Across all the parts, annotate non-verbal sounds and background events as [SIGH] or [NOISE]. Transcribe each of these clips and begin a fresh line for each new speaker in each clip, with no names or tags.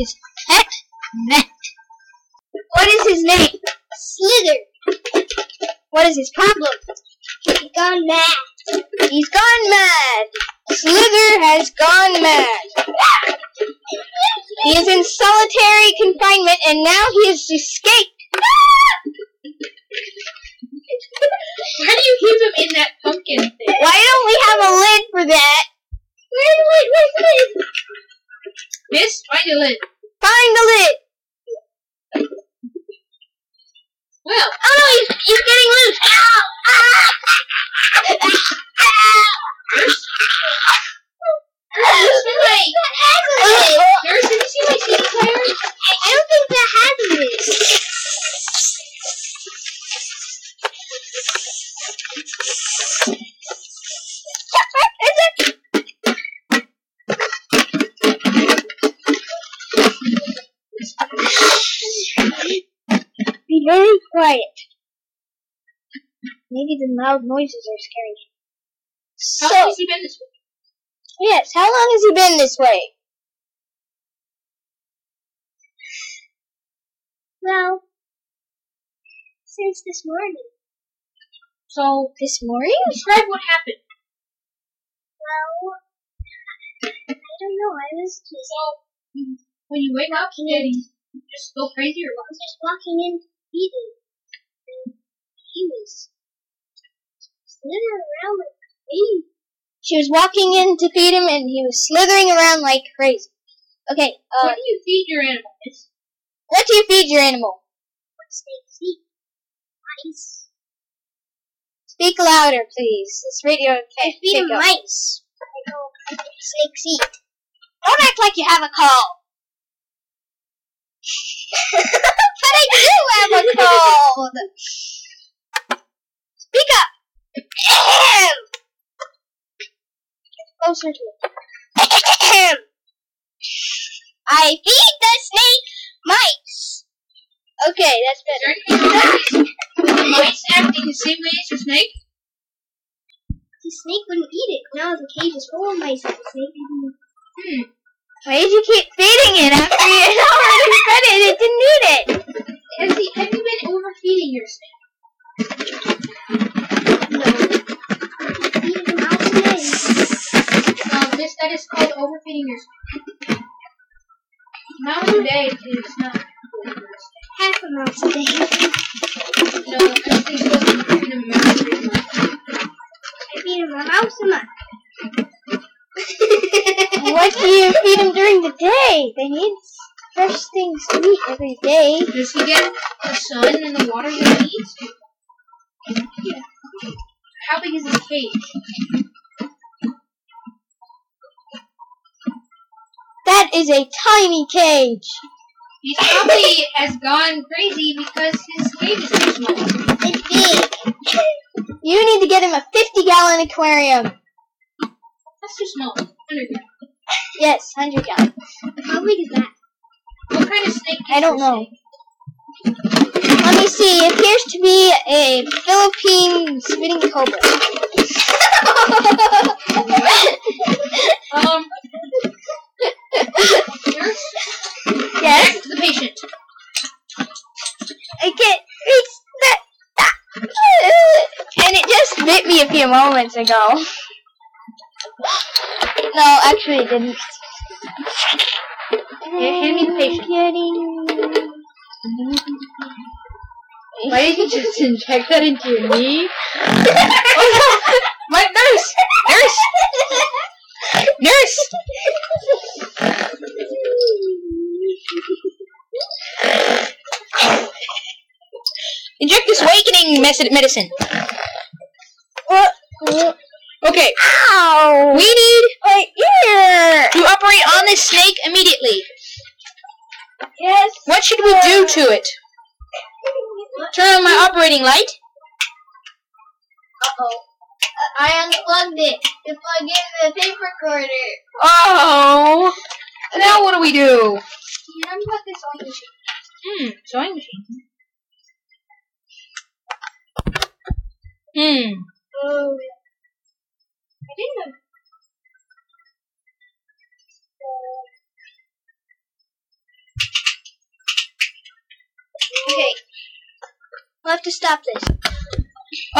is Pet Matt. What is his name?
Slither.
What is his problem?
He's gone mad.
He's gone mad. Slither has gone mad. He is in solitary confinement and now he has escaped.
Why do you keep him in that pumpkin thing?
Why don't we have a lid for that?
Wait, wait, wait, wait. Miss, find your lid.
Find the lid.
Well. Oh no, he's, he's getting loose. Ow! Ah! Wait. Nurse, have you seen my CD player?
I don't think that has a lid. Be very quiet. Maybe the loud noises are scaring him.
How long
So,
has he been this way?
yes, how long has he been this way?
Well, since this morning.
So, this morning?
Describe what happened.
Well, I don't know. I was just
When you wake up, did he just go crazy or what?
just walking in eating. He was slithering around like crazy. She was walking in to feed him, and he was slithering around like crazy. Okay, uh,
What do you feed your animals?
what do you feed your animal?
What's they eat? Mice.
Speak louder, please. This radio can't
feed him
pick up. mice. Snakes eat. Don't act like you have a call. [LAUGHS] but I do have a cold. Speak up. Ahem. Get Closer to it. Ahem. I feed the snake mice. Okay, that's
Is there anything that is mice acting the same way as a snake?
The snake wouldn't eat it. Now the cage is full of mice. The snake
Hmm.
Why did you keep feeding it after you had already fed it? It didn't need it.
Has he, have you been overfeeding your snake?
Feed him out today.
Um, this, that is called overfeeding your snake. Now today is not cool for a snake.
Half a mouse a day.
No, everything's supposed to be in a mouse or something.
I feed him a mouse a month. what do you feed him during the day? They need fresh things to eat every day.
Does he get the sun and the water that he needs? Yeah. How big is his cage?
That is a tiny cage.
He probably has gone crazy because his cage is too small.
It's big. You need to get him a 50 gallon aquarium.
That's too small. Underground.
Yes, 100 gallon.
How big is that? What kind of snake?
I
is
don't
your
know.
snake?
Let me see. It appears to be a Philippine spitting cobra. [LAUGHS]
Um. Here's
yes,
back to the patient.
I can't reach that. And it just bit me a few moments ago. [LAUGHS] No, actually, it didn't.
Yeah, hand me the patient.
Kidding.
Why did you just inject that into your knee?
My nurse! Nurse! Nurse!
Inject this awakening mes- medicine. Okay,
[LAUGHS] Ow!
we need
my ear!
to operate on this snake immediately.
Yes.
What should we do to it? Turn on my operating light.
Uh-oh. I unplugged it to plug in the tape recorder.
Oh, now what do we do?
Can you unplug this on the machine?
Hmm, sewing machine. Hmm.
Oh. I didn't know.
have to stop this.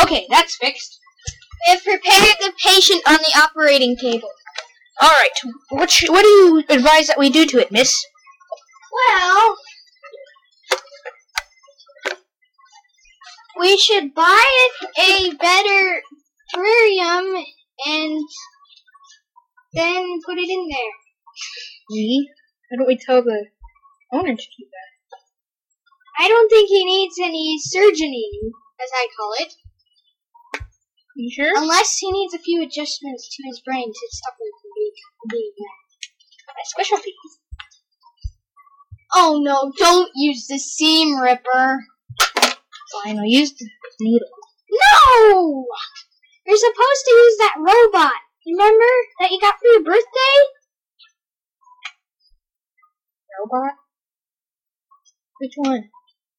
Okay, that's fixed.
We have prepared the patient on the operating table.
All right. What sh- what do you advise that we do to it, Miss?
Well, we should buy it a better terrarium and then put it in there.
Me? Why don't we tell the owner to do that?
I don't think he needs any surgeony, as I call it,
You
Oh.
sure?
unless he needs a few adjustments to his brain to stop him from being, from being mad.
specialty.
Oh no, don't use the seam ripper.
Fine, I'll use the needle.
No! You're supposed to use that robot. Remember that you got for your birthday?
Robot? Which one?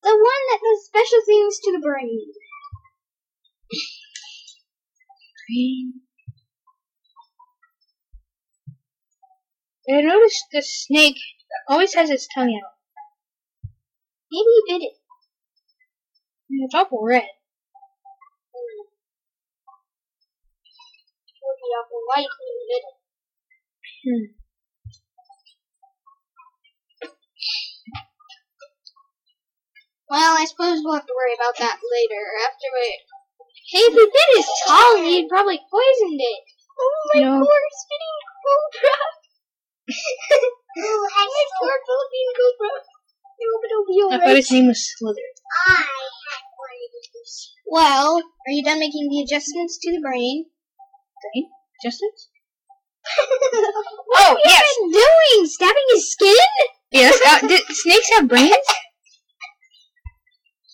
The one that does special things to the brain.
Green. I noticed the snake always has its tongue out.
Maybe you did it.
And it's awful red.
would be awful light in the middle.
Hmm.
Well, I suppose we'll have to worry about that later after we. Hey, if we bit his tongue, he'd probably poisoned it. Oh,
my No.
poor spinning cobra. [LAUGHS] oh, I my poor Philippine cobra. No, but it'll be
I thought his name was Slither.
I had one of these. Well, are you done making the adjustments to the
[LAUGHS]
brain?
Justice?
what
Oh,
have you
yes.
been doing? Stabbing his skin?
Yes. Uh, did snakes have brains?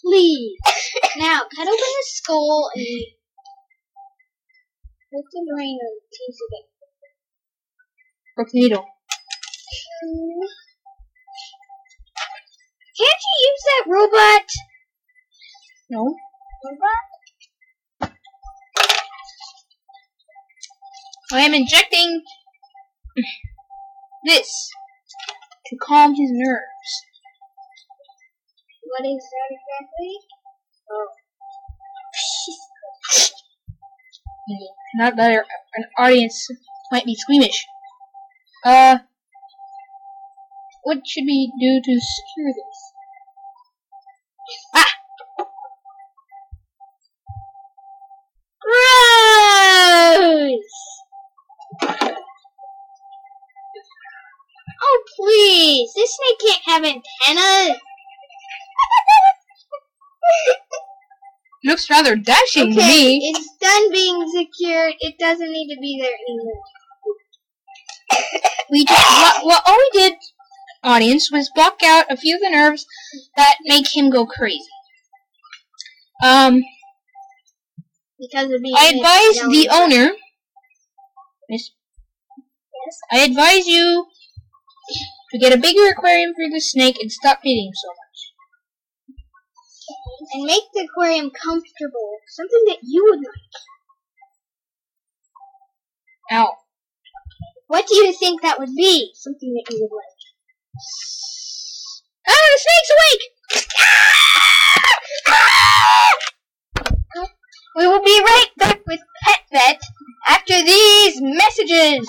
Please. now, cut open the skull and put the brain on the piece of it.
Broke the needle.
Can't you use that robot?
No.
Robot?
I am injecting this to calm his nerves.
What is that exactly?
Not that our- an audience might be squeamish. Uh, what should we do to secure this? Ah!
Gross! Oh, please! This snake can't have antenna!
Looks rather dashing to me.
it's done being secured. It doesn't need to be there anymore.
We just, what, what all we did, audience, was block out a few of the nerves that make him go crazy. Um,
Because of being.
I advise the
yellow.
owner. Miss. I advise you to get a bigger aquarium for the snake and stop feeding him so much.
And make the aquarium comfortable. Something that you would like.
Ow.
What do you think that would be? Something that you would like.
Ah, the snake's awake!
We will be right back with Pet Vet after these messages.